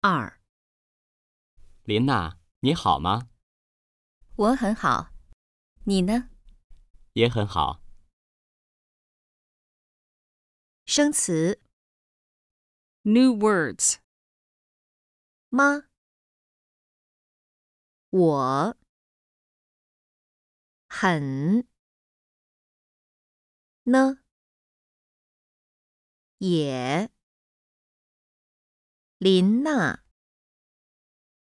二，琳娜，你好吗？我很好，你呢？也很好。生词 New words. 吗？我很呢也琳娜